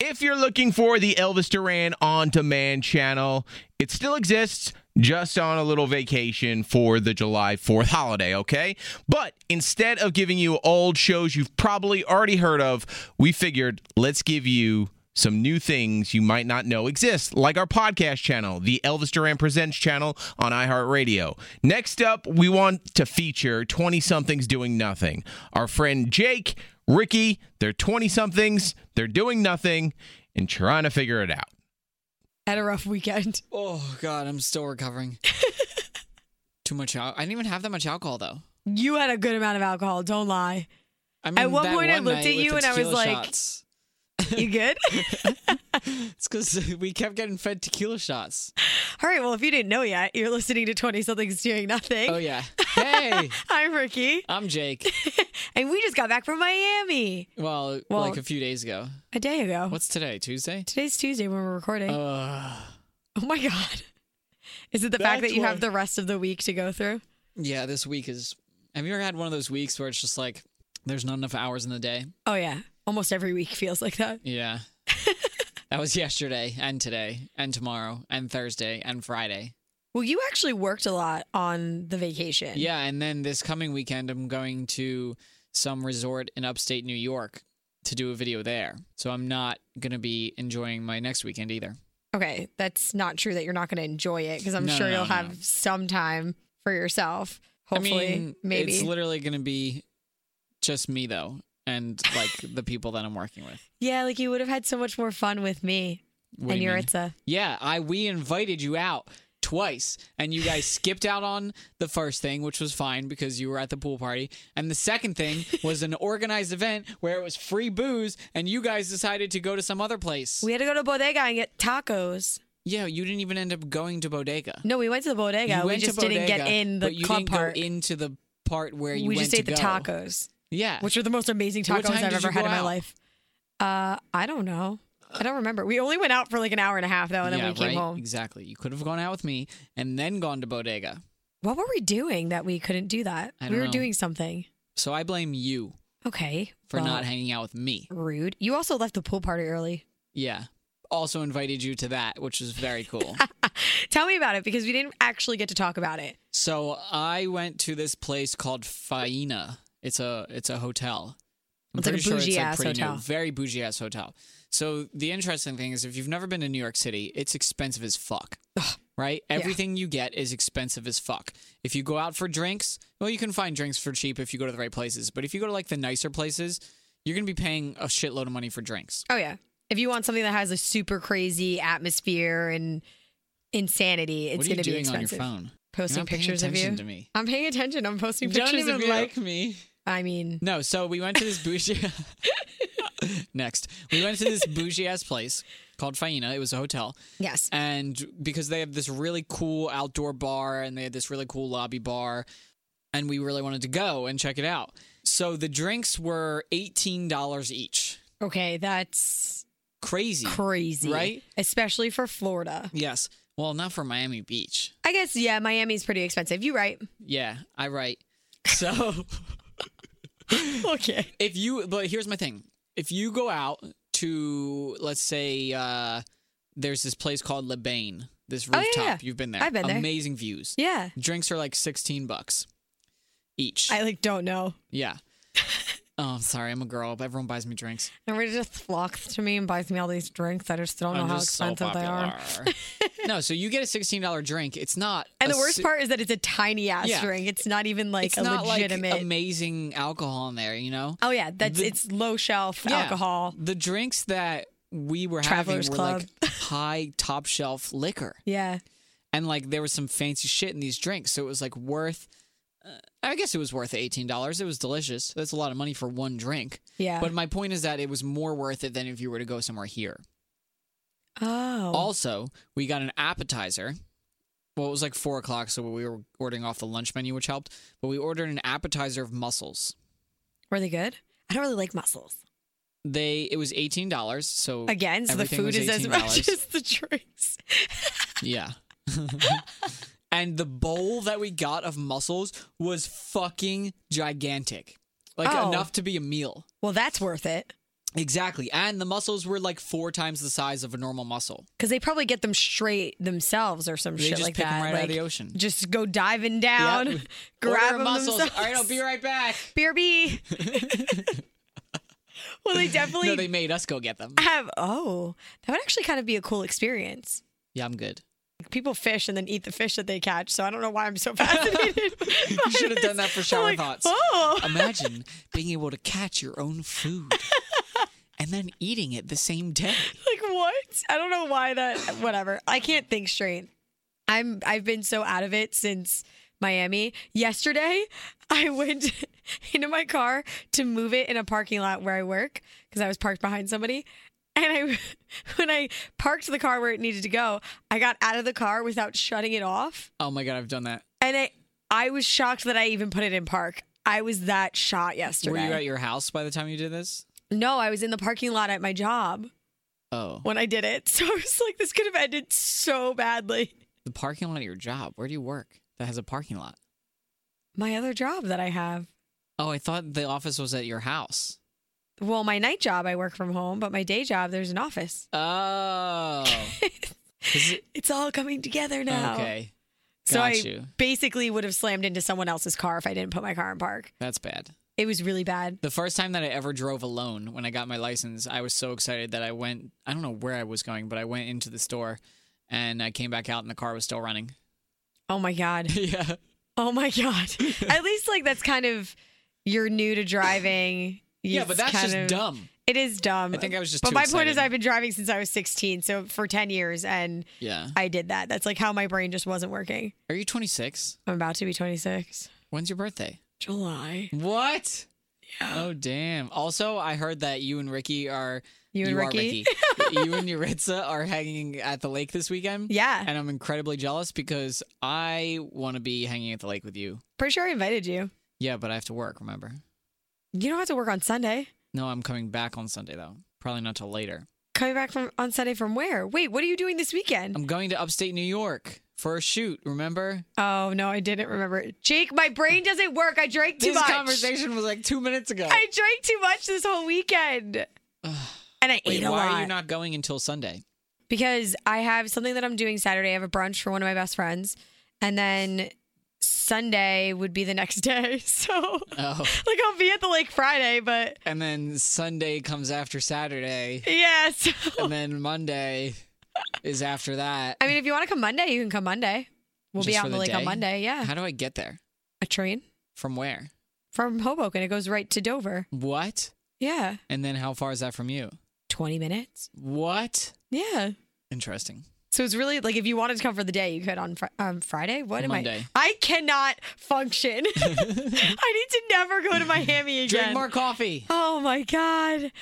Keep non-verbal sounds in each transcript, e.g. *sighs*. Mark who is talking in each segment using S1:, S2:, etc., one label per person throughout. S1: If you're looking for the Elvis Duran on demand channel, it still exists, just on a little vacation for the July 4th holiday, okay? But instead of giving you old shows you've probably already heard of, we figured let's give you some new things you might not know exist, like our podcast channel, the Elvis Duran Presents channel on iHeartRadio. Next up, we want to feature 20 somethings doing nothing. Our friend Jake, Ricky, they're 20 somethings, they're doing nothing and trying to figure it out.
S2: Had a rough weekend.
S3: Oh God, I'm still
S2: *laughs*
S3: recovering. Too much. Al- I didn't even have that much alcohol though.
S2: You had a good amount of alcohol, don't lie.
S3: I mean,
S2: At one
S3: that
S2: point, I
S3: one
S2: looked
S3: night
S2: at you
S3: with the
S2: and I was
S3: tequila
S2: like-
S3: shots.
S2: You
S3: *laughs*
S2: good?
S3: "It's because *laughs* we kept getting fed tequila shots."
S2: All right, well, if you didn't know yet, you're listening to 20 Something's Doing Nothing. *laughs*
S3: Oh yeah. Hey,
S2: I'm Ricky,
S3: I'm Jake.
S2: and we just got back from Miami
S3: Well,
S2: Well-
S3: like a few days ago.
S2: a day ago.
S3: What's today? Tuesday.
S2: Today's Tuesday when we're recording.
S3: Uh,
S2: oh my God. Is it the fact
S3: That's
S2: that you have
S3: why-
S2: the rest of the week to go through?
S3: yeah, this week is. Have you ever had one of those weeks where it's just like there's not enough hours in the day?
S2: Oh, yeah. Almost every week feels like that. *laughs*
S3: Yeah. that was yesterday and today and tomorrow and Thursday and Friday.
S2: Well, you actually worked a lot on the vacation.
S3: Yeah, and then this coming weekend, I'm going to some resort in upstate New York to do a video there. So I'm not going to be enjoying my next weekend either.
S2: Okay, that's not true that you're not going to enjoy it because I'm
S3: No,
S2: sure
S3: no,
S2: you'll
S3: no.
S2: have some time for yourself. Hopefully,
S3: I mean,
S2: maybe.
S3: it's literally going to be just me though, and like *laughs* the people that I'm working with.
S2: yeah, like you would have had so much more fun with me
S3: What do
S2: and
S3: you
S2: your
S3: mean?
S2: Itza.
S3: Yeah, I we invited you out twice and you guys skipped out on the first thing which was fine because you were at the pool party and the second thing was an organized event where it was free booze and you guys decided to go to some other place.
S2: We had to go to Bodega and get tacos.
S3: yeah, you didn't even end up going to bodega.
S2: No, we went to the
S3: You
S2: Bodega. we
S3: went to
S2: just didn't get
S3: Bodega,
S2: in the
S3: but you
S2: club
S3: didn't
S2: part.
S3: Go into the part where you
S2: we
S3: went
S2: just ate
S3: to
S2: the
S3: go.
S2: tacos,
S3: Yeah.
S2: which are the most amazing
S3: What
S2: tacos
S3: time
S2: I've
S3: did
S2: ever
S3: you
S2: had
S3: go
S2: in my
S3: out?
S2: life. Uh, I don't know. I don't remember. We only went out for like an hour and a half though, and
S3: yeah,
S2: then we came
S3: right?
S2: home.
S3: Exactly. You could have gone out with me and then gone to bodega.
S2: What were we doing that we couldn't do that?
S3: I
S2: we
S3: don't
S2: were
S3: know.
S2: doing something.
S3: So I blame you
S2: Okay.
S3: for
S2: well,
S3: not hanging out with me.
S2: rude. You also left the pool party early.
S3: Yeah. Also invited you to that, which was
S2: *laughs*
S3: very cool.
S2: Tell me about it because we didn't actually get to talk about it.
S3: so I went to this place called Faina. It's a it's a hotel. I'm
S2: It's like a
S3: pretty sure it's
S2: bougie-ass
S3: like pretty
S2: hotel.
S3: new, very bougie ass hotel. So the interesting thing is, if you've never been to New York City, it's expensive as fuck. Right? Everything you get is expensive as fuck. If you go out for drinks, well, you can find drinks for cheap if you go to the right places. But if you go to like the nicer places, you're gonna be paying a shitload of money for drinks.
S2: Oh yeah. If you want something that has a super crazy atmosphere and insanity, it's
S3: what are
S2: going
S3: you
S2: to be
S3: doing on your
S2: expensive.
S3: phone?
S2: Posting
S3: You're not paying
S2: pictures of
S3: attention
S2: you.
S3: to me.
S2: I'm paying attention. I'm posting
S3: You don't
S2: pictures
S3: even
S2: of you.
S3: like me.
S2: I mean,
S3: No, so we went to this bougie. Next, we went to this bougie ass place called Faina. It was a hotel,
S2: yes.
S3: and because they have this really cool outdoor bar and they had this really cool lobby bar, and we really wanted to go and check it out. So the drinks were eighteen dollars each.
S2: Okay, that's
S3: Crazy,
S2: crazy.
S3: Right?
S2: Especially for Florida.
S3: yes. Well, not for Miami Beach.
S2: I guess yeah, Miami's pretty expensive. You
S3: *laughs*
S2: right.
S3: Yeah, I right. So.
S2: okay.
S3: if you but here's my thing if you go out to let's say uh there's this place called lebain this
S2: Oh, yeah,
S3: rooftop
S2: yeah.
S3: you've been there
S2: I've been there.
S3: amazing views
S2: Yeah.
S3: drinks are like 16 bucks each
S2: I like don't know. *laughs*
S3: yeah oh i'm sorry i'm a girl but everyone buys me drinks
S2: Everybody just flocks to me and buys me all these drinks. I just don't know
S3: i'm
S2: how
S3: just so
S2: expensive they are.
S3: popular *laughs* no so you get a 16 dollar drink it's not
S2: *laughs* And
S3: a
S2: the worst
S3: si-
S2: part is that it's a tiny ass
S3: Yeah.
S2: drink. It's not even like
S3: it's
S2: a
S3: not
S2: legitimate.
S3: like amazing alcohol in there you know
S2: oh yeah, that's
S3: the-
S2: it's low shelf
S3: Yeah.
S2: alcohol.
S3: the drinks that we were
S2: Travelers
S3: having were
S2: Club. *laughs*
S3: like high top shelf liquor
S2: Yeah,
S3: and like there was some fancy shit in these drinks so it was like worth uh, i guess it was worth $18 it was delicious that's a lot of money for one drink
S2: yeah.
S3: but my point is that it was more worth it than if you were to go somewhere here
S2: oh,
S3: also we got an appetizer well it was like four o'clock so we were ordering off the lunch menu which helped but we ordered an appetizer of mussels
S2: were they good? I don't really like mussels.
S3: they it was $18 so
S2: Again, so the
S3: everything
S2: food
S3: was
S2: is as
S3: $18.
S2: much *laughs* as the drinks.
S3: Yeah. *laughs* and the bowl that we got of mussels was fucking gigantic. Like
S2: Oh.
S3: enough to be a meal.
S2: Well, that's worth it.
S3: Exactly. And the muscles were like four times the size of a normal muscle.
S2: because they probably get them straight themselves or some
S3: They
S2: shit
S3: just
S2: like
S3: pick 'em
S2: that.
S3: right
S2: like,
S3: out of the ocean.
S2: Just go diving down,
S3: Yep.
S2: *laughs* grab
S3: Order
S2: them
S3: muscles.
S2: themselves.
S3: All right, I'll be right *laughs* back.
S2: *laughs* Beer B. well, they definitely
S3: No, they made us go get them.
S2: have. Oh, that would actually kind of be a cool experience.
S3: Yeah, I'm good.
S2: People fish and then eat the fish that they catch. So I don't know why I'm so *laughs* fascinated.
S3: You should have done that for shower thoughts.
S2: Oh,
S3: *laughs* Imagine being able to catch your own *laughs* food and then eating it the same day.
S2: like what? I don't know why that. Whatever. I can't think straight. I'm. I've been so out of it since Miami. Yesterday, I *laughs* went into my car to move it in a parking lot where I work because I was parked behind somebody. And I, *laughs* when I parked the car where it needed to go, I got out of the car without shutting it off,
S3: Oh my god, I've done that.
S2: and I, I was shocked that I even put it in park. I was that shot yesterday.
S3: Were you at your house by the time you did this?
S2: no, I was in the parking lot at my job.
S3: Oh,
S2: when I did it. *laughs* So I was like, this could have ended so badly.
S3: the parking lot at your job. Where do you work that has a parking lot?
S2: My other job that I have.
S3: Oh, I thought the office was at your house.
S2: Well, my night job, I work from home, but my day job, there's an office.
S3: Oh. *laughs* Is *laughs* it-
S2: It's all coming together now.
S3: Okay.
S2: so I
S3: got you.
S2: basically would have slammed into someone else's car if I didn't put my car in park.
S3: That's bad.
S2: It was really bad.
S3: The first time that I ever drove alone when I got my license, I was so excited that I went, I don't know where I was going, but I went into the store and I came back out and the car was still running.
S2: Oh my God. *laughs*
S3: *laughs* yeah.
S2: Oh my
S3: *laughs*
S2: God. At least, like, that's kind of, you're new to driving.
S3: Yeah,
S2: It's
S3: but that's
S2: kind
S3: just
S2: of-
S3: dumb.
S2: It is dumb.
S3: I think I was just
S2: But
S3: too
S2: my point is,
S3: excited.
S2: I've been driving since I was 16, so for 10 years, and
S3: Yeah.
S2: I did that. That's like how my brain just wasn't working.
S3: Are you 26?
S2: I'm about to be 26.
S3: When's your birthday?
S2: July.
S3: What? Oh damn. Also, I heard that you and Ricky are
S2: You and
S3: are
S2: Ricky? *laughs*
S3: Ricky. you and Yuritsa are hanging at the lake this weekend.
S2: Yeah.
S3: And I'm incredibly jealous because I want to be hanging at the lake with you.
S2: Pretty sure I invited you.
S3: Yeah, but I have to work, remember?
S2: You don't have to work on Sunday.
S3: No, I'm coming back on Sunday though. Probably not till later.
S2: Coming back from on Sunday from where? Wait, what are you doing this weekend?
S3: I'm going to upstate New York for a shoot, remember?
S2: oh no, I didn't remember. Jake, my brain doesn't work. I drank too
S3: this
S2: much.
S3: conversation was like 2 minutes ago.
S2: I drank too much this whole weekend. and I
S3: Wait,
S2: ate a
S3: why
S2: lot.
S3: are you not going until Sunday?
S2: because I have something that I'm doing Saturday. I have a brunch for one of my best friends. And then Sunday would be the next *laughs* day. So
S3: Oh.
S2: like I'll be at the lake Friday, but
S3: And then Sunday comes after Saturday.
S2: yeah, so
S3: and then Monday is after that.
S2: I mean, if you want to come Monday, you can come Monday. We'll be
S3: Just
S2: out
S3: for
S2: on the
S3: the
S2: lake on
S3: day?
S2: Monday. Yeah.
S3: How do I get there?
S2: A train
S3: From where?
S2: from Hoboken. It goes right to Dover.
S3: What?
S2: Yeah.
S3: And then how far is that from you?
S2: 20 minutes.
S3: What?
S2: Yeah.
S3: Interesting.
S2: So it's really like if you wanted to come for the day, you could on fr- um, Friday. What am
S3: Monday.
S2: I? I cannot
S3: *laughs*
S2: function. *laughs* I need to never go to Miami again.
S3: Drink more coffee.
S2: Oh my God. *sighs*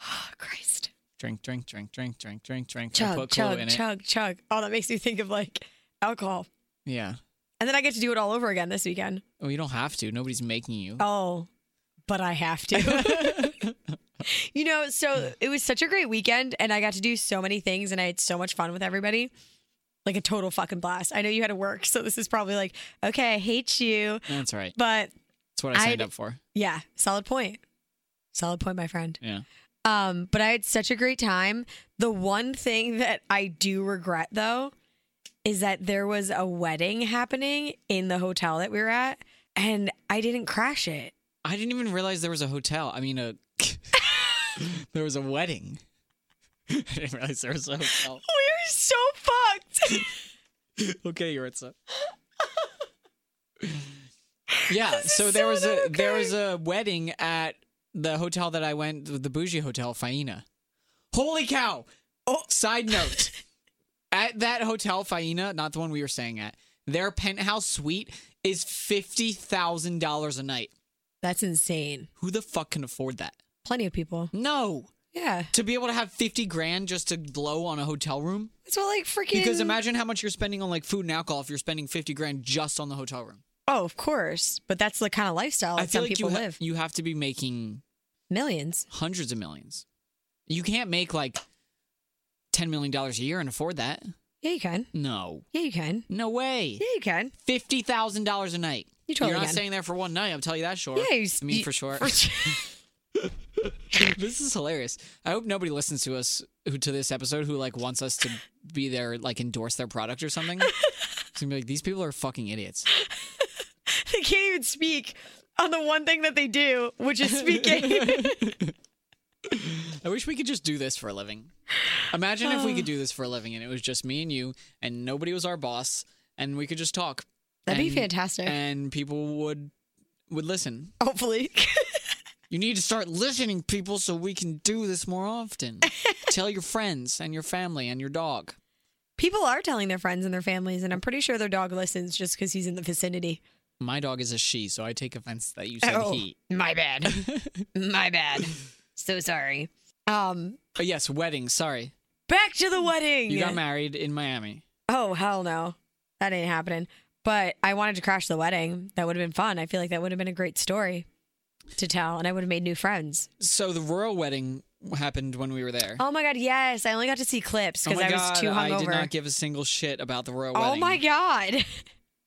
S2: Oh, Christ.
S3: Drink, drink, drink, drink, drink, drink, drink. I
S2: Chug,
S3: put Cola
S2: chug,
S3: in it.
S2: chug, chug. Oh, that makes me think of like alcohol.
S3: Yeah.
S2: And then I get to do it all over again this weekend.
S3: Well, you don't have to. Nobody's making you.
S2: Oh, but I have
S3: *laughs*
S2: to. *laughs* you know, so it was such a great weekend and I got to do so many things and I had so much fun with everybody. Like a total fucking blast. I know you had to work, so this is probably like, okay, I hate you.
S3: That's all right.
S2: But
S3: That's what I signed
S2: I'd-
S3: up for.
S2: yeah, solid point. Solid point, my friend.
S3: Yeah.
S2: Um, but I had such a great time. The one thing that I do regret though is that there was a wedding happening in the hotel that we were at and I didn't crash it.
S3: I didn't even realize there was a hotel. I mean, *laughs* a there was a wedding. *laughs* I didn't realize there was a *laughs* hotel.
S2: *laughs* We were so fucked.
S3: okay, *laughs* Yuritsa. yeah, so there was a there was a wedding at the hotel that I went the bougie hotel, Faina. Holy cow! Oh, *laughs* side note. at that hotel, Faina, not the one we were staying at, their penthouse suite is fifty thousand dollars a night.
S2: *laughs* That's insane.
S3: Who the fuck can afford that?
S2: Plenty of people.
S3: No.
S2: Yeah.
S3: To be able to have fifty grand just to blow on a hotel room?
S2: It's what like freaking
S3: Because imagine how much you're spending on like food and alcohol if you're spending fifty grand just on the hotel room.
S2: Oh, of course. But that's the kind of lifestyle that some people
S3: you ha-
S2: live.
S3: you have to be making
S2: Millions.
S3: hundreds of millions. You can't make like ten million dollars a year and afford that.
S2: Yeah, you can.
S3: No,
S2: Yeah, you can.
S3: no way.
S2: Yeah, you *laughs* can.
S3: Fifty thousand dollars a night.
S2: You totally
S3: are not
S2: can.
S3: staying there for one night. I'll tell you that sure.
S2: Yeah, you s-
S3: I mean
S2: you-
S3: for sure.
S2: for sure.
S3: *laughs* this is hilarious. I hope nobody listens to us who to this episode who like wants us to be there, like endorse their product or something. It's gonna be like these people are fucking idiots.
S2: *laughs* they can't even speak on the one thing that they do, which is speaking.
S3: I wish we could just do this for a living. Imagine if we could do this for a living and it was just me and you and nobody was our boss and we could just talk.
S2: That'd be
S3: And-
S2: fantastic.
S3: And people would would listen.
S2: *laughs* *laughs* Hopefully.
S3: You need to start listening, people, so we can do this
S2: *laughs*
S3: more often. Tell your friends and your family and your dog.
S2: People are telling their friends and their families, and I'm pretty sure their dog listens just because he's in the vicinity.
S3: My dog is a she, so I take offense that you said
S2: Oh.
S3: he.
S2: My *laughs* bad. My bad. So sorry. Um,
S3: Oh, yes, wedding. Sorry,
S2: back to the wedding.
S3: you got married in Miami.
S2: Oh hell no, that ain't happening. But I wanted to crash the wedding. That would have been fun. I feel like that would have been a great story to tell, and I would have made new friends.
S3: So the royal wedding happened when we were there.
S2: Oh my god, yes! I only got to see clips because
S3: Oh my
S2: I was
S3: God,
S2: too hungover.
S3: I did not give a single shit about the royal wedding.
S2: oh my god.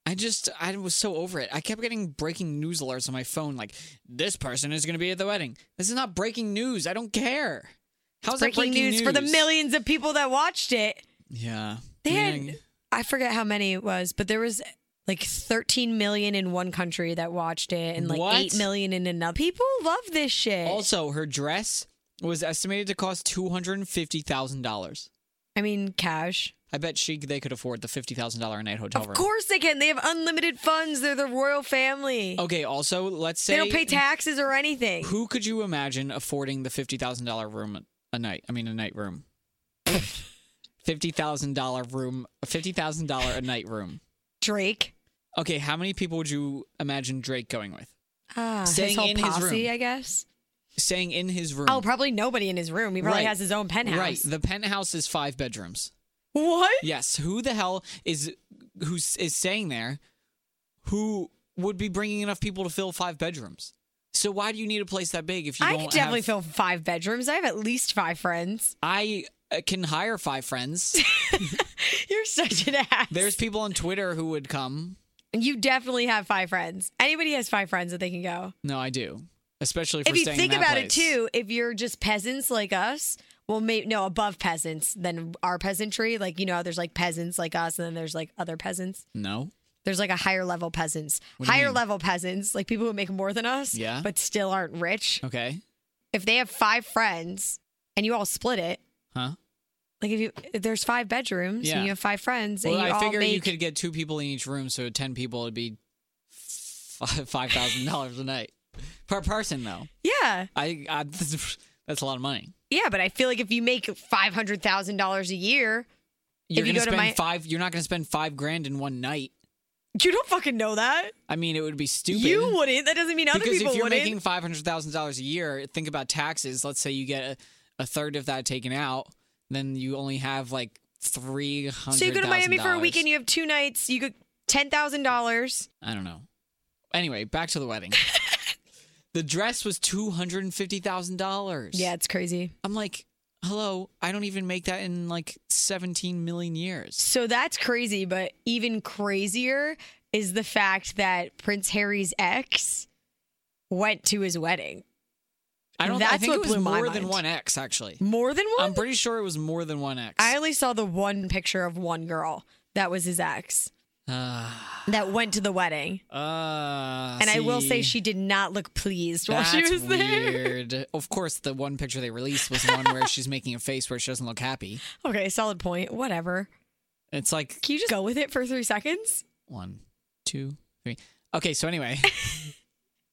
S3: I just, I was so over it. I kept getting breaking news alerts on my phone, like this person is going to be at the wedding. This is not breaking news. I don't care. How's that
S2: breaking
S3: breaking
S2: news, for the
S3: news?
S2: millions of people that watched it.
S3: Yeah.
S2: They
S3: Man,
S2: had, I forget how many it was, but there was like 13 million in one country that watched it and like
S3: What?
S2: 8 million in another. People love this shit.
S3: Also, her dress was estimated to cost two hundred and fifty thousand dollars.
S2: I mean, cash.
S3: I bet she they could afford the fifty thousand dollar a night hotel
S2: Of
S3: room.
S2: course they can. They have unlimited funds. They're the royal family.
S3: Okay. Also, let's Oh, say
S2: They don't pay taxes or anything.
S3: Who could you imagine affording the fifty thousand dollar room a night? I mean, a night room. *laughs* fifty thousand dollar room. Fifty thousand dollar a night room.
S2: Drake.
S3: Okay, how many people would you imagine Drake going with?
S2: Ah, his
S3: Staying
S2: whole
S3: in his
S2: posse,
S3: room.
S2: I guess.
S3: Staying in his room.
S2: Oh, probably nobody in his room. He probably
S3: Right.
S2: has his own penthouse.
S3: right. The penthouse is five bedrooms.
S2: what?
S3: Yes. Who the hell is who s- is staying there? Who would be bringing enough people to fill five bedrooms? So why do you need a place that big if you
S2: I
S3: don't
S2: could definitely
S3: have-
S2: fill five bedrooms. I have at least five friends. *laughs*
S3: I uh, can hire five friends.
S2: You're such an ass.
S3: There's people on Twitter who would come.
S2: You definitely have five friends. Anybody has five friends that they can go.
S3: No, I do. Especially if,
S2: if
S3: we're
S2: you
S3: staying
S2: think
S3: in that
S2: about it
S3: place.
S2: too, if you're just peasants like us, well, maybe no above peasants than our peasantry. Like you know, how there's like peasants like us, and then there's like other peasants.
S3: No.
S2: There's like a higher level peasants,
S3: What do you
S2: higher
S3: mean?
S2: level peasants, like people who make more than us,
S3: Yeah.
S2: but still aren't rich.
S3: Okay.
S2: If they have five friends and you all split it,
S3: Huh?
S2: like if you if there's five bedrooms
S3: Yeah.
S2: and you have five friends
S3: Well,
S2: and you
S3: I
S2: all
S3: figure
S2: make
S3: you could get two people in each room, so ten people would be f- *laughs* five thousand dollars a night per person, though.
S2: yeah
S3: I, I *laughs* that's a lot of money.
S2: yeah, but I feel like if you make five hundred thousand dollars a year,
S3: you're
S2: If you go
S3: gonna
S2: to
S3: spend
S2: my-
S3: five you're not gonna spend five grand in one night
S2: you don't fucking know that.
S3: i mean it would be stupid
S2: You wouldn't. That doesn't mean other
S3: because
S2: people
S3: if you're
S2: wouldn't.
S3: making five hundred thousand dollars a year think about taxes let's say you get a, a third of that taken out then you only have like three hundred
S2: So you go to Miami for a weekend, you have two nights, you could ten thousand dollars.
S3: i don't know anyway back to
S2: *laughs*
S3: the wedding the dress was two hundred and fifty thousand dollars
S2: it's crazy.
S3: i'm like hello i don't even make that in like 17 million years
S2: So that's crazy, but even crazier is the fact that Prince Harry's ex went to his wedding.
S3: i don't i
S2: That's
S3: think
S2: what
S3: it was
S2: blew my
S3: more than
S2: mind.
S3: one x actually
S2: More than one?
S3: I'm pretty sure it was more than one ex.
S2: I only saw the one picture of one girl that was his ex
S3: Ah.
S2: that went to the wedding.
S3: Ah,
S2: And I will say
S3: see,
S2: she did not look pleased while
S3: That's
S2: she was there.
S3: weird. Of course, the one picture they released was the one where she's making a face where she doesn't look happy.
S2: *laughs* Okay, solid point. Whatever.
S3: It's like
S2: Can you just go with it for three seconds?
S3: one, two, three. Okay, so anyway,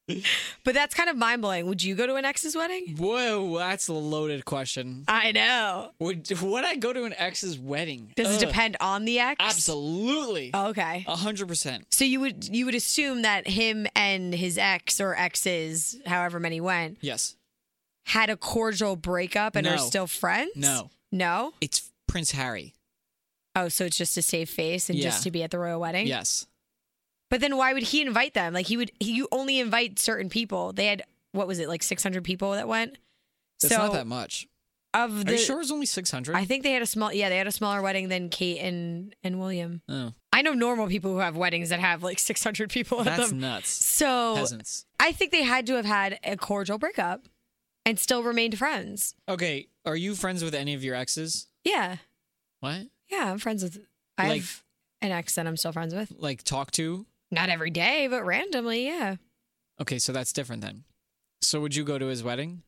S3: *laughs*
S2: But that's kind of mind blowing. Would you go to an ex's wedding?
S3: whoa, that's a loaded question.
S2: I know.
S3: Would *laughs* would I go to an ex's wedding?
S2: Does it
S3: Ugh,
S2: depend Oh. on the ex?
S3: Absolutely,
S2: Okay.
S3: a hundred percent.
S2: So you would you would assume that him and his ex or exes, however many went,
S3: Yes.
S2: had a cordial breakup and are
S3: No.
S2: still friends?
S3: No,
S2: No?
S3: it's Prince Harry.
S2: Oh, so it's just to save face and
S3: Yeah.
S2: just to be at the royal wedding?
S3: Yes.
S2: But then why would he invite them? Like he would he, you only invite certain people. They had what was it, like six hundred people that went?
S3: It's
S2: so
S3: not that much.
S2: of
S3: Are
S2: the
S3: you sure it was only six hundred?
S2: I think they had a small yeah, they had a smaller wedding than Kate and and William.
S3: Oh,
S2: I know normal people who have weddings that have like six hundred people at
S3: that's
S2: them.
S3: nuts.
S2: So
S3: Peasants.
S2: I think they had to have had a cordial breakup. and still remained friends.
S3: Okay, are you friends with any of your exes?
S2: Yeah.
S3: What?
S2: Yeah, I'm friends with. I
S3: Like-
S2: have an ex that I'm still friends with.
S3: Like talk to?
S2: Not every day, but randomly, yeah.
S3: Okay, so that's different then. So would you go to his wedding?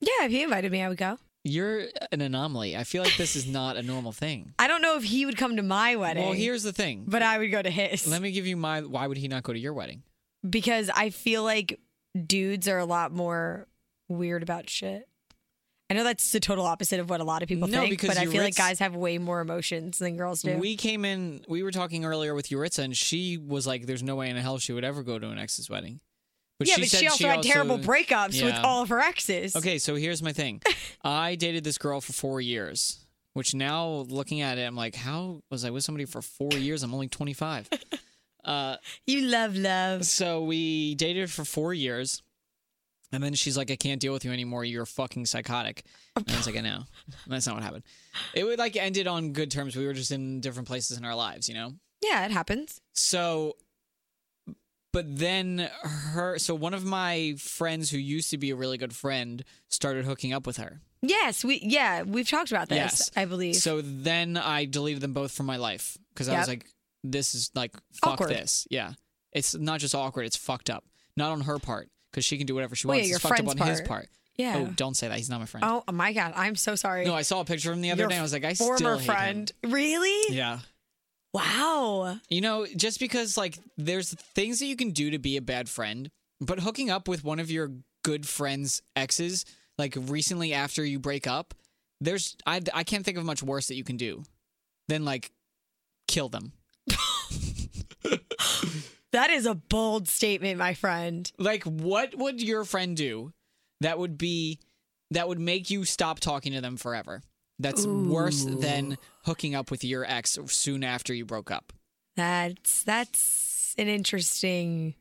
S2: Yeah, if he invited me, I would go.
S3: You're an anomaly. I feel like this is not a normal thing.
S2: I don't know if he would come to my *laughs* wedding,
S3: Well, here's the thing.
S2: but I would go to his
S3: Let me give you my why would he not go to your wedding?
S2: because I feel like dudes are a lot more weird about shit. I know that's the total opposite of what a lot of people
S3: No,
S2: think,
S3: because
S2: but I
S3: you
S2: feel like
S3: ritz-
S2: guys have way more emotions than girls do.
S3: We came in, we were talking earlier with Yuritsa, and she was like, there's no way in hell she would ever go to an ex's wedding. But
S2: yeah,
S3: she
S2: but
S3: said
S2: she also had terrible breakups with
S3: Yeah.
S2: all of her exes.
S3: Okay, so here's
S2: *laughs*
S3: my thing. I dated this girl for four years, which now looking at it, I'm like, how was I with somebody for four years? I'm
S2: *laughs*
S3: only 25. Uh,
S2: You love love.
S3: so we dated for four years. And then she's like, I can't deal with you anymore. You're fucking psychotic. And I was like,
S2: *laughs*
S3: I know. That's not what happened. It would like ended on good terms. We were just in different places in our lives, you know?
S2: Yeah, it happens.
S3: So, but then her, so one of my friends who used to be a really good friend started hooking up with her.
S2: Yes, we yeah, we've talked about this,
S3: Yes.
S2: I believe.
S3: So then I deleted them both from my life because I
S2: Yep.
S3: was like, this is like, fuck
S2: Awkward.
S3: this. Yeah. It's not just awkward, it's fucked up. Not on her part because she can do whatever she
S2: Well, yeah,
S3: wants.
S2: your
S3: it's fucked up
S2: friend's
S3: on his
S2: part.
S3: part.
S2: yeah.
S3: Oh, don't say that. He's not my friend.
S2: Oh my god, I'm so sorry.
S3: no, I saw a picture of him the other
S2: Your
S3: day. and I was like, I
S2: Former
S3: still hate him.
S2: friend. Really?
S3: Yeah.
S2: Wow.
S3: You know, just because like there's things that you can do to be a bad friend, but hooking up with one of your good friends' exes, like recently after you break up, there's I I can't think of much worse that you can do than like kill them.
S2: That is a bold statement, my friend.
S3: Like what would your friend do that would be that would make you stop talking to them forever? That's worse than hooking up with your ex soon after you broke up.
S2: That's that's an interesting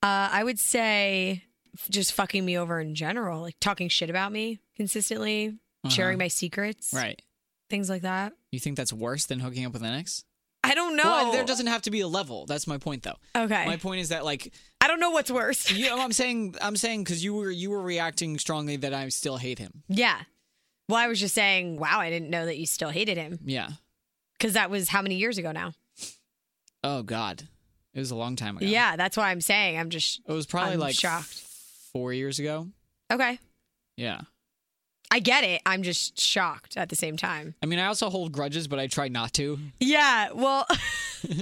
S2: uh I would say f- just fucking me over in general, like talking shit about me consistently, sharing my secrets,
S3: Uh-huh. Right.
S2: things like that.
S3: You think that's worse than hooking up with an ex?
S2: I don't know.
S3: Well, there doesn't have to be a level. That's my point though.
S2: okay.
S3: My point is that like
S2: I don't know what's worse.
S3: you know, I'm saying I'm saying because you were you were reacting strongly that I still hate him.
S2: yeah. Well, I was just saying, wow, I didn't know that you still hated him
S3: Yeah.
S2: because that was how many years ago now?
S3: Oh God, it was a long time ago.
S2: Yeah, that's what I'm saying. I'm just
S3: It was probably
S2: I'm
S3: like
S2: shocked.
S3: four years ago.
S2: okay.
S3: Yeah.
S2: I get it. I'm just shocked at the same time.
S3: I mean, I also hold grudges, but I try not to.
S2: Yeah, well, *laughs*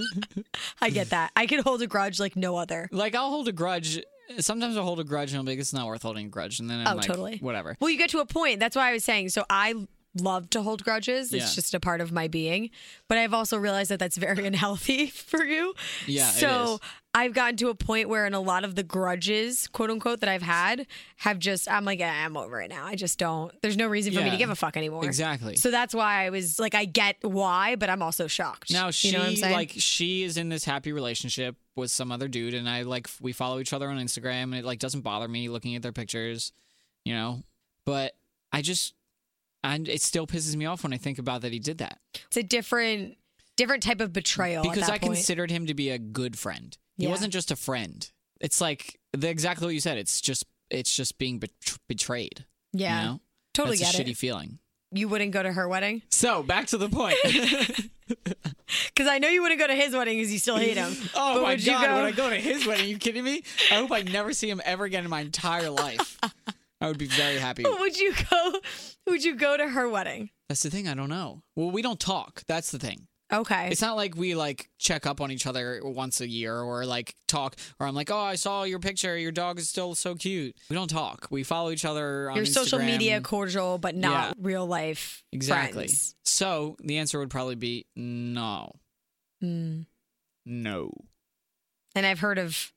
S2: I get that. I can hold a grudge like no other.
S3: Like I'll hold a grudge. Sometimes I'll hold a grudge and I'll be like, it's not worth holding a grudge, and then I'm
S2: Oh,
S3: like,
S2: totally.
S3: whatever.
S2: Well, you get to a point. That's why I was saying. So I love to hold grudges. It's
S3: Yeah.
S2: just a part of my being. But I've also realized that that's very *laughs* unhealthy for you.
S3: Yeah, it
S2: So
S3: is.
S2: I've gotten to a point where, in a lot of the grudges, quote unquote, that I've had, have just I'm like, "Eh, I'm over it now. I just don't. There's no reason for me to
S3: Yeah.
S2: give a fuck anymore.
S3: Exactly.
S2: So that's why I was like, I get why, but I'm also shocked.
S3: Now she
S2: you know what I'm saying?
S3: like she is in this happy relationship with some other dude, and I like we follow each other on Instagram, and it like doesn't bother me looking at their pictures, you know. But I just, and it still pisses me off when I think about that he did that
S2: it's a different different type of betrayal Oh, at
S3: because
S2: that
S3: I
S2: point.
S3: considered him to be a good friend.
S2: Yeah.
S3: He wasn't just a friend. It's like the, exactly what you said. It's just it's just being betr betrayed.
S2: yeah,
S3: you know?
S2: totally
S3: That's a
S2: get
S3: shitty
S2: it.
S3: feeling.
S2: You wouldn't go to her wedding
S3: So back to
S2: *laughs*
S3: the point.
S2: because I know you wouldn't go to his wedding because you still hate *laughs* him.
S3: *laughs* Oh
S2: But
S3: my
S2: would you
S3: god,
S2: go-
S3: when I go to his wedding, are you kidding me? I hope I never see him ever again in my
S2: *laughs*
S3: entire life. I would be very happy.
S2: would you go? Would you go to her wedding?
S3: That's the thing, I don't know. Well, we don't talk. That's the thing.
S2: Okay.
S3: It's not like we like check up on each other once a year or like talk or I'm like, "Oh, I saw your picture. Your dog is still so cute." We don't talk. We follow each other on
S2: Your social
S3: Instagram.
S2: media cordial, but not
S3: Yeah.
S2: real life.
S3: Exactly.
S2: friends.
S3: So, the answer would probably be no.
S2: Mm.
S3: No.
S2: And I've heard of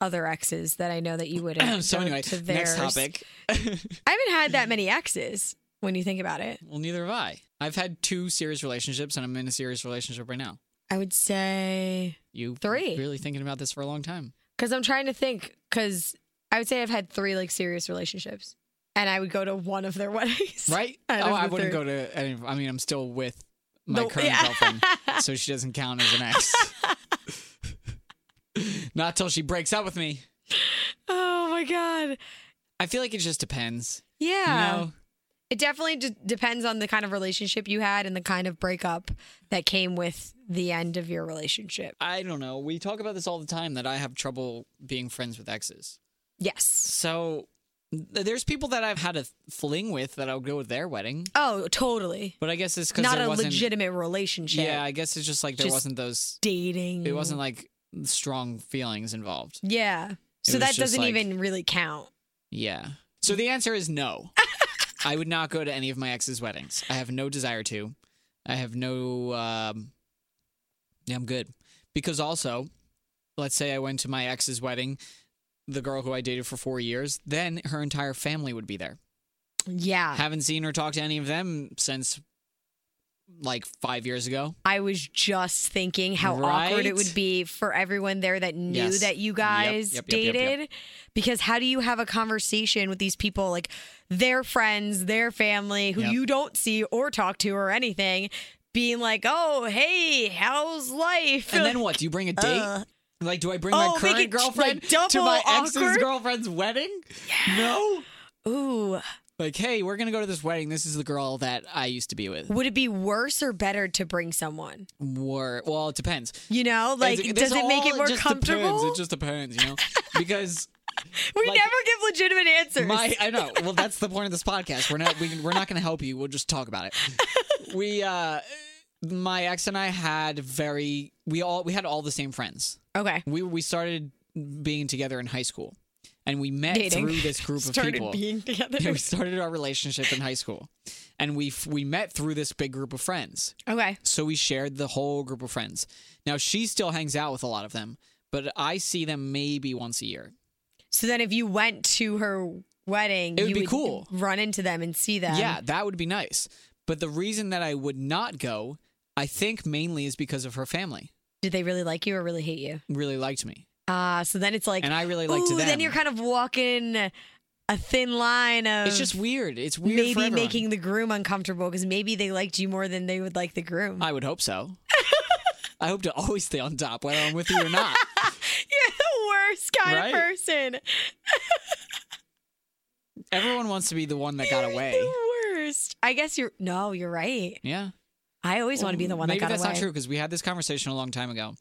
S2: other exes that I know that you wouldn't.
S3: *clears throat* *clears throat* so
S2: go
S3: anyway,
S2: to
S3: next
S2: theirs.
S3: topic.
S2: I haven't had that many exes when you think about it.
S3: Well, neither have I. I've had two serious relationships, and I'm in a serious relationship right now.
S2: I would say
S3: You
S2: Three.
S3: really thinking about this for a
S2: *laughs*
S3: long time.
S2: Because I'm trying to think. Because I would say I've had three like serious relationships, and I would go to one of their *laughs* weddings.
S3: Right?
S2: Out
S3: oh,
S2: of
S3: I
S2: the
S3: wouldn't
S2: three.
S3: go to any I mean, I'm still with my
S2: The-
S3: current
S2: yeah.
S3: girlfriend, so
S2: *laughs*
S3: she doesn't count as an ex. *laughs* Not till she breaks up with me.
S2: Oh my god.
S3: I feel like it just depends.
S2: Yeah.
S3: You know?
S2: It definitely d- depends on the kind of relationship you had and the kind of breakup that came with the end of your relationship.
S3: I don't know. We talk about this all the time that I have trouble being friends with exes.
S2: Yes.
S3: So th- there's people that I've had a fling with that I'll go to their wedding,
S2: Oh, totally.
S3: but I guess it's because
S2: Not
S3: there
S2: a
S3: wasn't.
S2: legitimate relationship.
S3: yeah, I guess it's just like there
S2: Just Mm-hmm.
S3: wasn't those.
S2: Dating.
S3: It wasn't like strong feelings involved.
S2: Yeah. So
S3: was
S2: that
S3: just
S2: doesn't
S3: like-
S2: even really count.
S3: Yeah. So the answer is no. I would not go to any of my ex's weddings. I have no desire to. I have no. Um, yeah, I'm good. Because also, let's say I went to my ex's wedding, the girl who I dated for four years, then her entire family would be there.
S2: Yeah.
S3: Haven't seen or talked to any of them since like five years ago.
S2: I was just thinking how awkward it
S3: Right?
S2: would be for everyone there that knew
S3: Yes.
S2: that you
S3: Yep,
S2: guys
S3: yep, yep, yep, yep.
S2: dated. Because how do you have a conversation with these people, like their friends, their family, who
S3: Yep.
S2: you don't see or talk to or anything, being like, oh, hey, how's life?
S3: And then what? Do you bring a date?
S2: Uh.
S3: like, do I bring
S2: Oh,
S3: my
S2: make
S3: current
S2: it, like,
S3: girlfriend to
S2: double
S3: my ex's
S2: awkward?
S3: girlfriend's wedding? No.
S2: Ooh,
S3: Like, hey, we're gonna go to this wedding. This is the girl that I used to be with.
S2: would it be worse or better to bring someone?
S3: Were well, it depends.
S2: You know, like,
S3: It's- this
S2: does it make
S3: all
S2: it more
S3: just
S2: comfortable?
S3: Depends. It just
S2: *laughs*
S3: depends, you know, because
S2: we
S3: like-
S2: never give legitimate answers.
S3: my I know. Well, that's the point of this podcast. We're not we, we're not gonna help you. We'll just
S2: *laughs*
S3: talk about it. We uh, my ex and I had very we all we had all the same friends.
S2: okay.
S3: We we started being together in high school, and we met
S2: Dating.
S3: through this group of
S2: Started
S3: *laughs* people.
S2: being together.
S3: Yeah, *laughs* we started our relationship in high school, and we f- we met through this big group of friends.
S2: Okay.
S3: So we shared the whole group of friends. Now she still hangs out with a lot of them, but I see them maybe once a year.
S2: So then, if you went to her wedding,
S3: It would
S2: you
S3: be cool.
S2: Run into them and see them.
S3: yeah, that would be nice. But the reason that I would not go, I think mainly is because of her family.
S2: Did they really like you or really hate you?
S3: Really liked me.
S2: Uh so then it's like,
S3: And I really liked
S2: ooh,
S3: them.
S2: then you're kind of walking a thin line of
S3: It's just weird. It's weird for
S2: maybe
S3: everyone.
S2: making the groom uncomfortable because maybe they liked you more than they would like the groom.
S3: I would hope so. *laughs* I hope to always stay on top whether I'm with you
S2: *laughs*
S3: or not.
S2: *laughs* you're the worst kind
S3: Right?
S2: of person.
S3: Everyone wants to be the one that got
S2: You're
S3: away.
S2: The worst. I guess you're. No, you're right.
S3: Yeah.
S2: I always want to be the one
S3: Maybe
S2: that got
S3: that's
S2: away.
S3: not true
S2: *sighs*
S3: because we had this conversation a long time ago.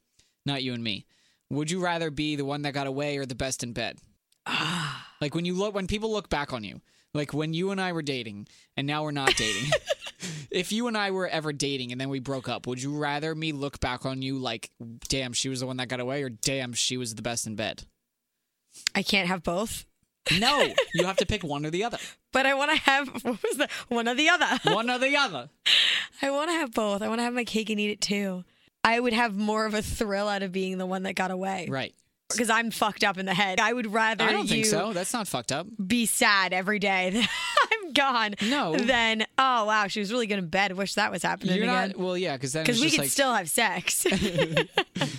S3: Not you and me. Would you rather be the one that got away or the best in bed?
S2: Ah,
S3: Like when you look when people look back on you, like when you and I were dating and now we're
S2: *laughs*
S3: not dating. *laughs* if you and I were ever dating and then we broke up, would you rather me look back on you like damn she was the one that got away or damn she was the best in bed?
S2: I can't have both,
S3: No, you have to pick one or the other.
S2: but I want to have *laughs* what was that? One or the other.
S3: One or the other.
S2: I want to have both. I want to have my cake and eat it too. I would have more of a thrill out of being the one that got away
S3: Right.
S2: because I'm fucked up in the head. I would rather
S3: I don't
S2: you
S3: think so. That's not fucked up.
S2: be sad every day *laughs* that I'm gone
S3: No.
S2: than oh wow she was really good in bed. Wish that was happening
S3: You're
S2: again
S3: not well, yeah, because then
S2: because
S3: it's
S2: we
S3: just
S2: could
S3: like
S2: still have sex.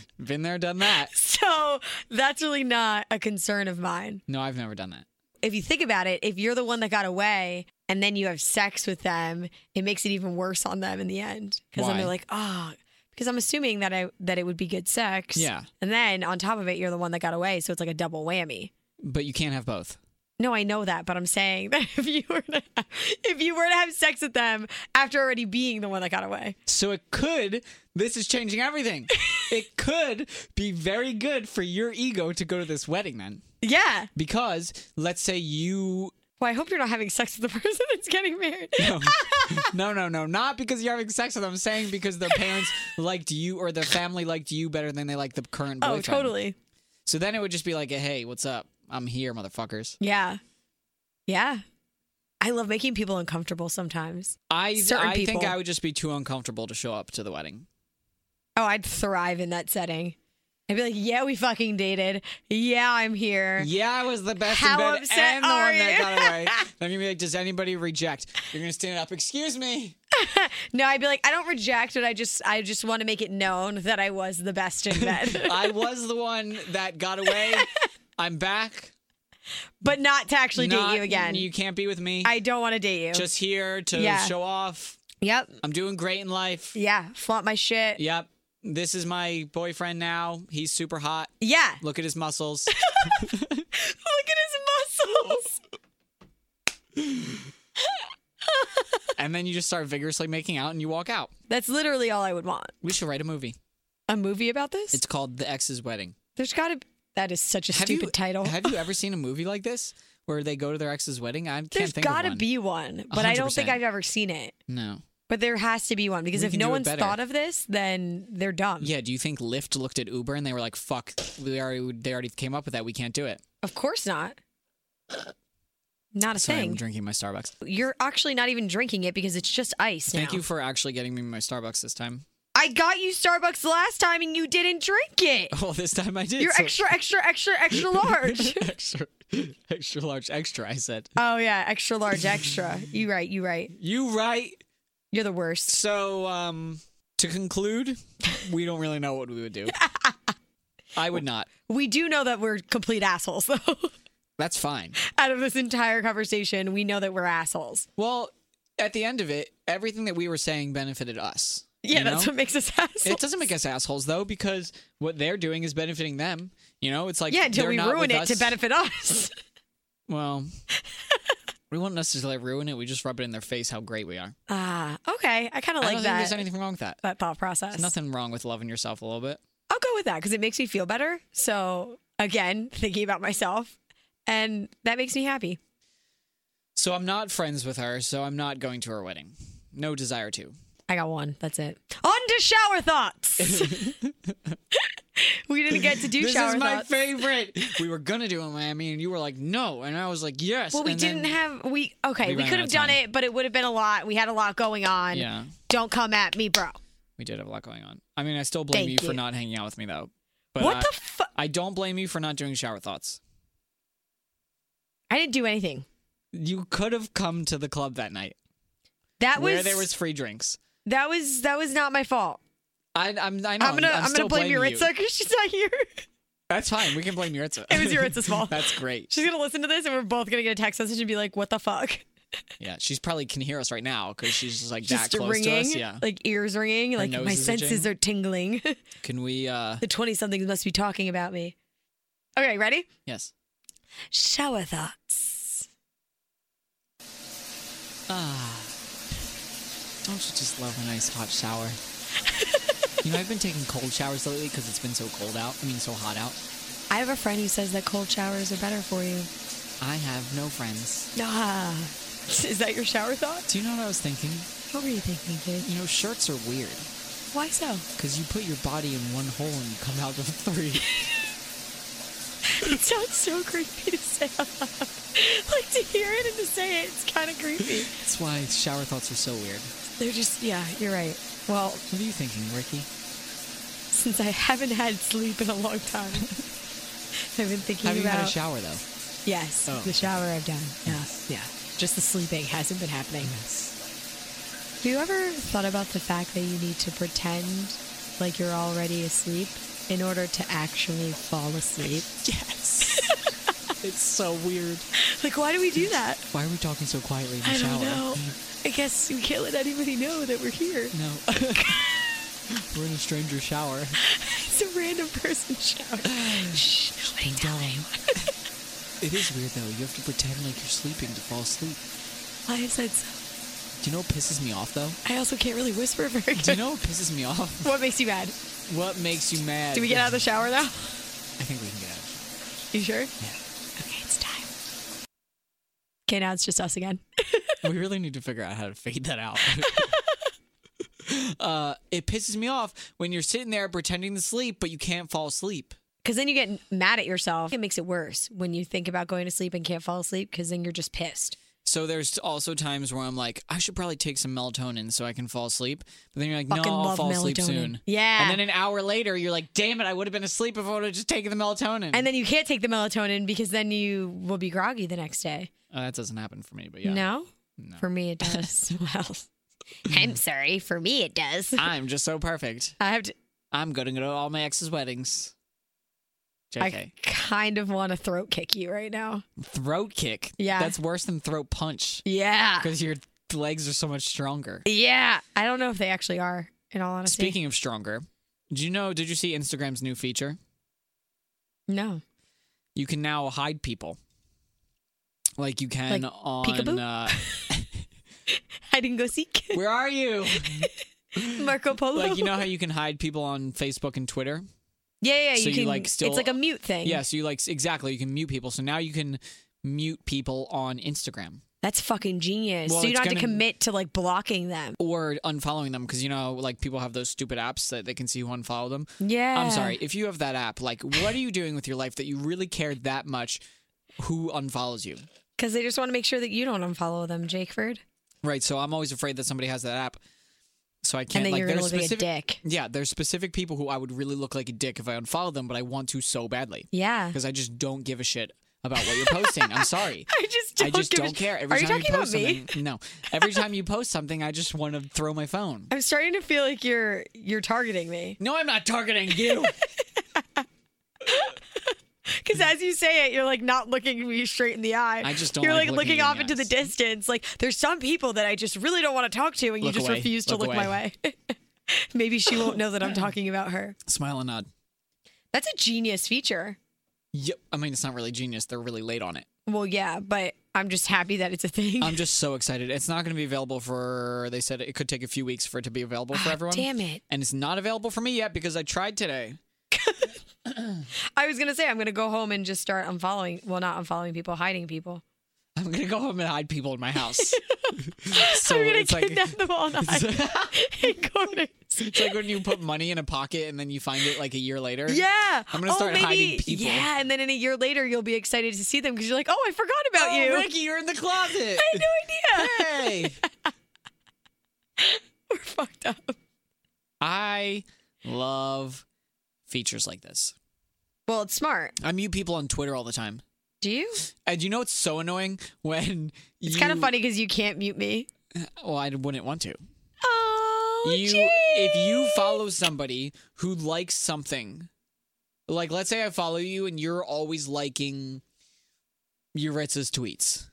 S2: *laughs*
S3: been there, done that.
S2: so that's really not a concern of mine.
S3: No, I've never done that.
S2: If you think about it, if you're the one that got away and then you have sex with them, it makes it even worse on them in the end because then
S3: Why?
S2: they're like oh. Because I'm assuming that I that it would be good sex.
S3: Yeah,
S2: And then on top of it, you're the one that got away. So it's like a double whammy.
S3: but you can't have both.
S2: No, I know that, but I'm saying *laughs* that if you were to have, if you were to have sex with them after already being the one that got away,
S3: So it could, this is
S2: *laughs*
S3: changing everything. it could be very good for your ego to go to this wedding then.
S2: yeah.
S3: Because let's say you. um,
S2: Well, I hope you're not having sex with the *laughs* person that's getting married.
S3: No, no, no. Not because you're having sex with them. I'm saying because their
S2: *laughs*
S3: parents liked you or their family liked you better than they like the current
S2: oh,
S3: *laughs* boyfriend.
S2: totally.
S3: So then it would just be like, hey, what's up? I'm here, motherfuckers.
S2: Yeah, yeah. I love making people uncomfortable sometimes.
S3: I,
S2: Certain
S3: I think
S2: people.
S3: I would just be too uncomfortable to show up to the wedding.
S2: Oh, I'd thrive in that setting. I'd be like, yeah, we fucking dated. Yeah, I'm here.
S3: Yeah, I was the best
S2: How
S3: in bed
S2: upset
S3: and the
S2: are
S3: one that
S2: you?
S3: got away.
S2: *laughs*
S3: I'm gonna be like, does anybody reject? You're gonna stand up. Excuse me.
S2: No, I'd be like, I don't reject it. I just, I just want to make it known that I was the best in bed.
S3: *laughs* I was the one that got
S2: *laughs*
S3: away. I'm back.
S2: but not to actually
S3: Not-
S2: date you again.
S3: You can't be with me.
S2: I don't want to date you.
S3: Just here to
S2: Yeah.
S3: show off.
S2: yep.
S3: I'm doing great in life.
S2: Yeah. Flaunt my shit.
S3: Yep. This is my boyfriend now. He's super hot.
S2: *laughs* Yeah.
S3: Look at his muscles.
S2: Look at his muscles.
S3: and then you just start vigorously making out and you walk out.
S2: That's literally all I would want.
S3: We should write a movie.
S2: A movie about this?
S3: It's called The Ex's Wedding.
S2: There's got to. be That is such a stupid
S3: you,
S2: title.
S3: Have
S2: *laughs*
S3: you ever seen a movie like this where they go to their ex's wedding? I can't
S2: There's
S3: think of
S2: got to
S3: one.
S2: be one, but I don't think
S3: 100%.
S2: I've ever seen it.
S3: No.
S2: But there has to be one because
S3: We
S2: if
S3: can
S2: no
S3: do it
S2: one's
S3: better.
S2: thought of this, then they're dumb.
S3: Yeah, do you think Lyft looked at Uber and they were like, "Fuck, we already they already came up with that. We can't do it."
S2: Of course not. Not a
S3: Sorry, I'm
S2: thing.
S3: drinking my Starbucks.
S2: You're actually not even drinking it because it's just ice.
S3: Thank
S2: now.
S3: you for actually getting me my Starbucks this time. *laughs*
S2: I got you Starbucks last time and you didn't drink
S3: *laughs*
S2: it.
S3: Well, this time I did.
S2: You're
S3: so-
S2: extra, extra, extra,
S3: *laughs*
S2: extra large.
S3: extra, extra large, extra. I said.
S2: oh yeah, extra large, extra. You right, you right.
S3: You right.
S2: You're the worst.
S3: So, um, to conclude, we don't really know what
S2: *laughs*
S3: we would do. I would not.
S2: We do know that we're complete assholes though. *laughs*
S3: That's fine.
S2: Out of this entire conversation, we know that we're assholes.
S3: Well, at the end of it, everything that we were saying benefited us.
S2: Yeah,
S3: you
S2: that's
S3: know?
S2: what makes us assholes.
S3: It doesn't make us assholes though, because what they're doing is benefiting them. You know, it's like
S2: yeah, until
S3: they're
S2: we
S3: not
S2: ruin
S3: with
S2: it
S3: us.
S2: to benefit us. *laughs*
S3: Well, we won't necessarily ruin it. We just rub it in their face how great we are.
S2: ah, okay. I kind of
S3: I
S2: like
S3: don't think
S2: that.
S3: there's anything wrong with that.
S2: that thought process.
S3: There's nothing wrong with loving yourself a little bit.
S2: I'll go with that because it makes me feel better. So again, thinking about myself, and that makes me happy.
S3: So I'm not friends with her, so I'm not going to her wedding. No desire to.
S2: I got one. That's it. On to shower thoughts. *laughs* we didn't get to do
S3: this
S2: shower
S3: is my
S2: thoughts.
S3: favorite. we were gonna do it in Miami, and you were like, no, and I was like, yes.
S2: well, we
S3: and
S2: didn't
S3: then-
S2: have we. Okay,
S3: We
S2: we,
S3: ran
S2: could
S3: out
S2: have
S3: of
S2: done
S3: time.
S2: it, but it would have been a lot. We had a lot going on.
S3: Yeah,
S2: Don't come at me, bro.
S3: we did have a lot going on. I mean, I still blame
S2: Thank
S3: you for
S2: you.
S3: not hanging out with me though. But
S2: what
S3: I,
S2: the fuck?
S3: I don't blame you for not doing shower thoughts.
S2: I didn't do anything.
S3: You could have come to the club that night
S2: That
S3: where
S2: was,
S3: there was free drinks.
S2: that was that was not my fault.
S3: I, I'm, I know.
S2: I'm gonna I'm,
S3: I'm,
S2: gonna
S3: still
S2: blame
S3: blaming you.
S2: Yuritsa because she's not here. *laughs*
S3: That's fine. We can blame Yuritsa.
S2: It was
S3: *laughs*
S2: Yuritsa's fault.
S3: That's great.
S2: she's gonna listen to this, and we're both gonna get a text message and be like, "What the fuck."
S3: Yeah, she's probably can hear us right now because she's just like
S2: just
S3: that close
S2: ringing,
S3: to us. Yeah.
S2: like ears ringing, like
S3: nose
S2: my
S3: is
S2: senses
S3: itching.
S2: are tingling. *laughs*
S3: Can we? uh
S2: the twenty somethings must be talking about me. Okay, ready?
S3: Yes.
S2: Shower thoughts.
S3: Ah, don't you just love a nice hot shower?
S2: *laughs*
S3: you know, I've been taking cold showers lately because it's been so cold out. I mean, so hot out.
S2: I have a friend who says that cold showers are better for you.
S3: I have no friends.
S2: Ah, *laughs* is that your shower thought?
S3: Do you know what I was thinking?
S2: What were you thinking, kid?
S3: You know, shirts are weird
S2: Why so? *laughs*
S3: because you put your body in one hole and you come out *laughs* with three.
S2: It sounds so creepy to say out loud. *laughs* Like to hear it and to say it, it's kind of creepy.
S3: That's why shower thoughts are so weird.
S2: They're just, yeah, you're right. Well,
S3: What are you thinking, Ricky?
S2: since I haven't had sleep in a long time, *laughs* I've been thinking
S3: Have you
S2: about
S3: had a shower
S2: *laughs*
S3: though?
S2: Yes,
S3: Oh.
S2: the shower I've done. Yeah, yeah. Just the sleeping hasn't been happening. Have you ever thought about the fact that you need to pretend like you're already asleep in order to actually fall *laughs* asleep?
S3: Yes. it's so weird.
S2: Like, why do we do that?
S3: Why are we talking so quietly in the
S2: I
S3: shower?
S2: don't know. I guess we can't let anybody know that we're here.
S3: *laughs*
S2: *laughs*
S3: No. We're in a stranger shower.
S2: It's a random person shower.
S3: *sighs*
S2: Shh, nobody tell anyone.
S3: It is weird though. You have to pretend like you're sleeping to fall asleep.
S2: Why *laughs* is that so?
S3: Do you know what pisses me off though?
S2: I also can't really whisper very good.
S3: Do you know what pisses me off?
S2: what makes you mad?
S3: What makes you mad?
S2: Do we get out of the shower now?
S3: I think we can get out of
S2: You sure?
S3: the shower.
S2: Okay, it's time. Okay, now it's just us again. *laughs*
S3: Yeah. we really need to figure out how to fade that out. uh, it pisses me off when you're sitting there pretending to sleep, but you can't fall asleep.
S2: Because then you get mad at yourself. It makes it worse when you think about going to sleep and can't fall asleep because then you're just pissed.
S3: So there's also times where I'm like, I should probably take some melatonin so I can fall asleep. But then you're like, no,
S2: Fucking
S3: I'll
S2: love
S3: fall asleep
S2: melatonin.
S3: soon.
S2: Yeah.
S3: And then an hour later, you're like, damn it, I would have been asleep if I would have just taken the melatonin.
S2: And then you can't take the melatonin because then you will be groggy the next day.
S3: oh, that doesn't happen for me, but yeah.
S2: No?
S3: No.
S2: For me, it does. well, I'm sorry. For me, it does.
S3: *laughs* I'm just so perfect.
S2: I have to.
S3: I'm going to go to all my ex's weddings.
S2: I
S3: JK.
S2: kind of want to throat kick you right now.
S3: Throat kick.
S2: Yeah.
S3: That's worse than throat punch
S2: Yeah.
S3: because your legs are so much stronger.
S2: Yeah. I don't know if they actually are, in all honesty.
S3: Speaking of stronger, do you know, did you see Instagram's new feature?
S2: No. *laughs*
S3: You can now hide people. like you can
S2: Like
S3: on. Uh,
S2: peekaboo? Hide and go seek. *laughs*
S3: where are you?
S2: Marco Polo.
S3: like you know how you can hide people on Facebook and Twitter.
S2: yeah, yeah, yeah, you
S3: so you,
S2: can.
S3: like, still-
S2: it's like a mute thing.
S3: Yeah, so you like exactly you can mute people. So now you can mute people on Instagram
S2: That's fucking genius.
S3: Well,
S2: so you
S3: it's
S2: don't have to
S3: gonna-
S2: commit to like blocking them.
S3: or unfollowing them because you know like people have those stupid apps that they can see who unfollowed them.
S2: Yeah.
S3: I'm sorry if you have that app. Like, what are you doing with your life that you really care that much? Who unfollows you?
S2: Because they just want to make sure that you don't unfollow them, Jakeford.
S3: Right. So I'm always afraid that somebody has that app. So I
S2: And
S3: can't
S2: then
S3: like
S2: you're
S3: there's
S2: going to look
S3: specific
S2: like a dick.
S3: Yeah, there's specific people who I would really look like a dick if I unfollow them, but I want to so badly *laughs*
S2: Yeah.
S3: because I just don't give a shit about what you're posting. I'm sorry.
S2: I just *laughs* don't,
S3: I just
S2: give a
S3: don't
S2: sh-
S3: care. Every
S2: Are you
S3: time
S2: talking
S3: post
S2: about me?
S3: something, no. Every time you post something, I just want to throw my phone.
S2: *laughs* I'm starting to feel like you're you're targeting me.
S3: No, I'm not targeting
S2: *laughs*
S3: you.
S2: Because as you say it, you're like not looking me straight in the eye.
S3: I just don't
S2: You're
S3: like
S2: like,
S3: looking
S2: looking,
S3: you in
S2: off
S3: the
S2: into the
S3: eyes.
S2: distance. Like there's some people that I just really don't want to talk to, and you
S3: Look
S2: just
S3: away.
S2: refuse to
S3: Look
S2: look, my
S3: away.
S2: way. *laughs* Maybe she won't know
S3: *laughs*
S2: that I'm talking about her.
S3: Smile and nod.
S2: That's a genius feature.
S3: Yep. I mean, it's not really genius. They're really late on it.
S2: Well, yeah, but I'm just happy that it's a thing.
S3: I'm just so excited. It's not going to be available for. They said it could take a few weeks for it to be available for
S2: Ah, *laughs*
S3: everyone.
S2: Damn it!
S3: And it's not available for me yet because I tried today.
S2: I was gonna say I'm gonna go home and just start unfollowing. Well, not unfollowing people, hiding people.
S3: I'm going to go home and hide people in
S2: *laughs*
S3: my house. so
S2: I'm gonna
S3: it's like.
S2: kidnap them
S3: *laughs*
S2: all night in corners.
S3: It's like when you put money in a pocket and then you find it like a year later.
S2: Yeah.
S3: I'm gonna
S2: Oh,
S3: start hiding people.
S2: Yeah, and then in a year later, you'll be excited to see them because you're like, oh, I forgot about
S3: Oh,
S2: you.
S3: Ricky, you're in the closet.
S2: I had no idea.
S3: Hey.
S2: *laughs* We're fucked up.
S3: *laughs* I love features like this.
S2: Well, it's smart.
S3: I mute people on Twitter all the time.
S2: Do you?
S3: And you know it's so annoying when
S2: It's
S3: you,
S2: kind of funny because you can't mute me.
S3: Well, I wouldn't want to.
S2: Oh,
S3: you if you follow somebody who likes something, like let's say I follow you and you're always liking Uretz's tweets,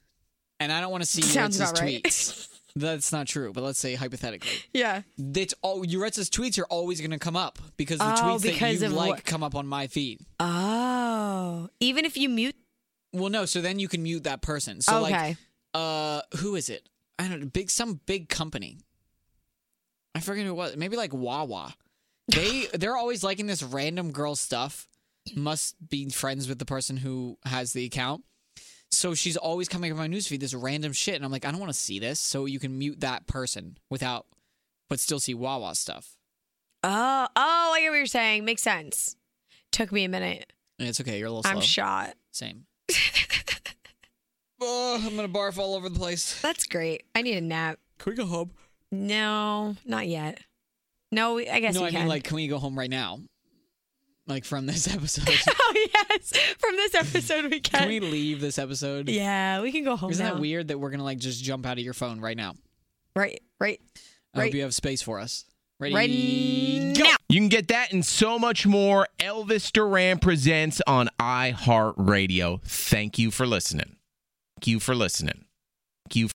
S3: and I don't want to see
S2: Sounds
S3: Uretz's
S2: about right.
S3: tweets. *laughs* That's not true, but let's say hypothetically,
S2: yeah.
S3: that's all Uretz's tweets are always going to come up because the
S2: Oh,
S3: tweets
S2: because
S3: that
S2: of
S3: you like
S2: what-
S3: come up on my feed.
S2: Oh, even if you mute.
S3: Well, no. So then you can mute that person. So like,
S2: Okay.
S3: uh, who is it? I don't know. Big some big company. I forget who it was. Maybe like Wawa. They they're always liking this random girl stuff. Must be friends with the person who has the account. So she's always coming up on my newsfeed this random shit, and I'm like, I don't want to see this. So you can mute that person without, but still see Wawa stuff.
S2: Oh, oh, I get what you're saying. Makes sense. Took me a minute.
S3: And it's okay. You're a little slow.
S2: I'm shot.
S3: Same. oh, I'm gonna barf all over the place.
S2: That's great. I need a nap.
S3: Can we go home?
S2: No, not yet. No, we- I guess
S3: no,
S2: we
S3: I
S2: can. *laughs*
S3: mean like, can we go home right now? Like from this *laughs* episode?
S2: oh yes, from this episode we can.
S3: can we leave this episode?
S2: yeah, we can go home
S3: Isn't
S2: now.
S3: that weird that we're gonna like just jump out of your phone right now?
S2: Right, right,
S3: I
S2: Right.
S3: hope you have space for us. Ready?
S2: right
S3: go.
S2: now.
S1: You can get that and so much more. Elvis Duran presents on iHeartRadio. Thank you for listening. Thank you for listening. Thank you.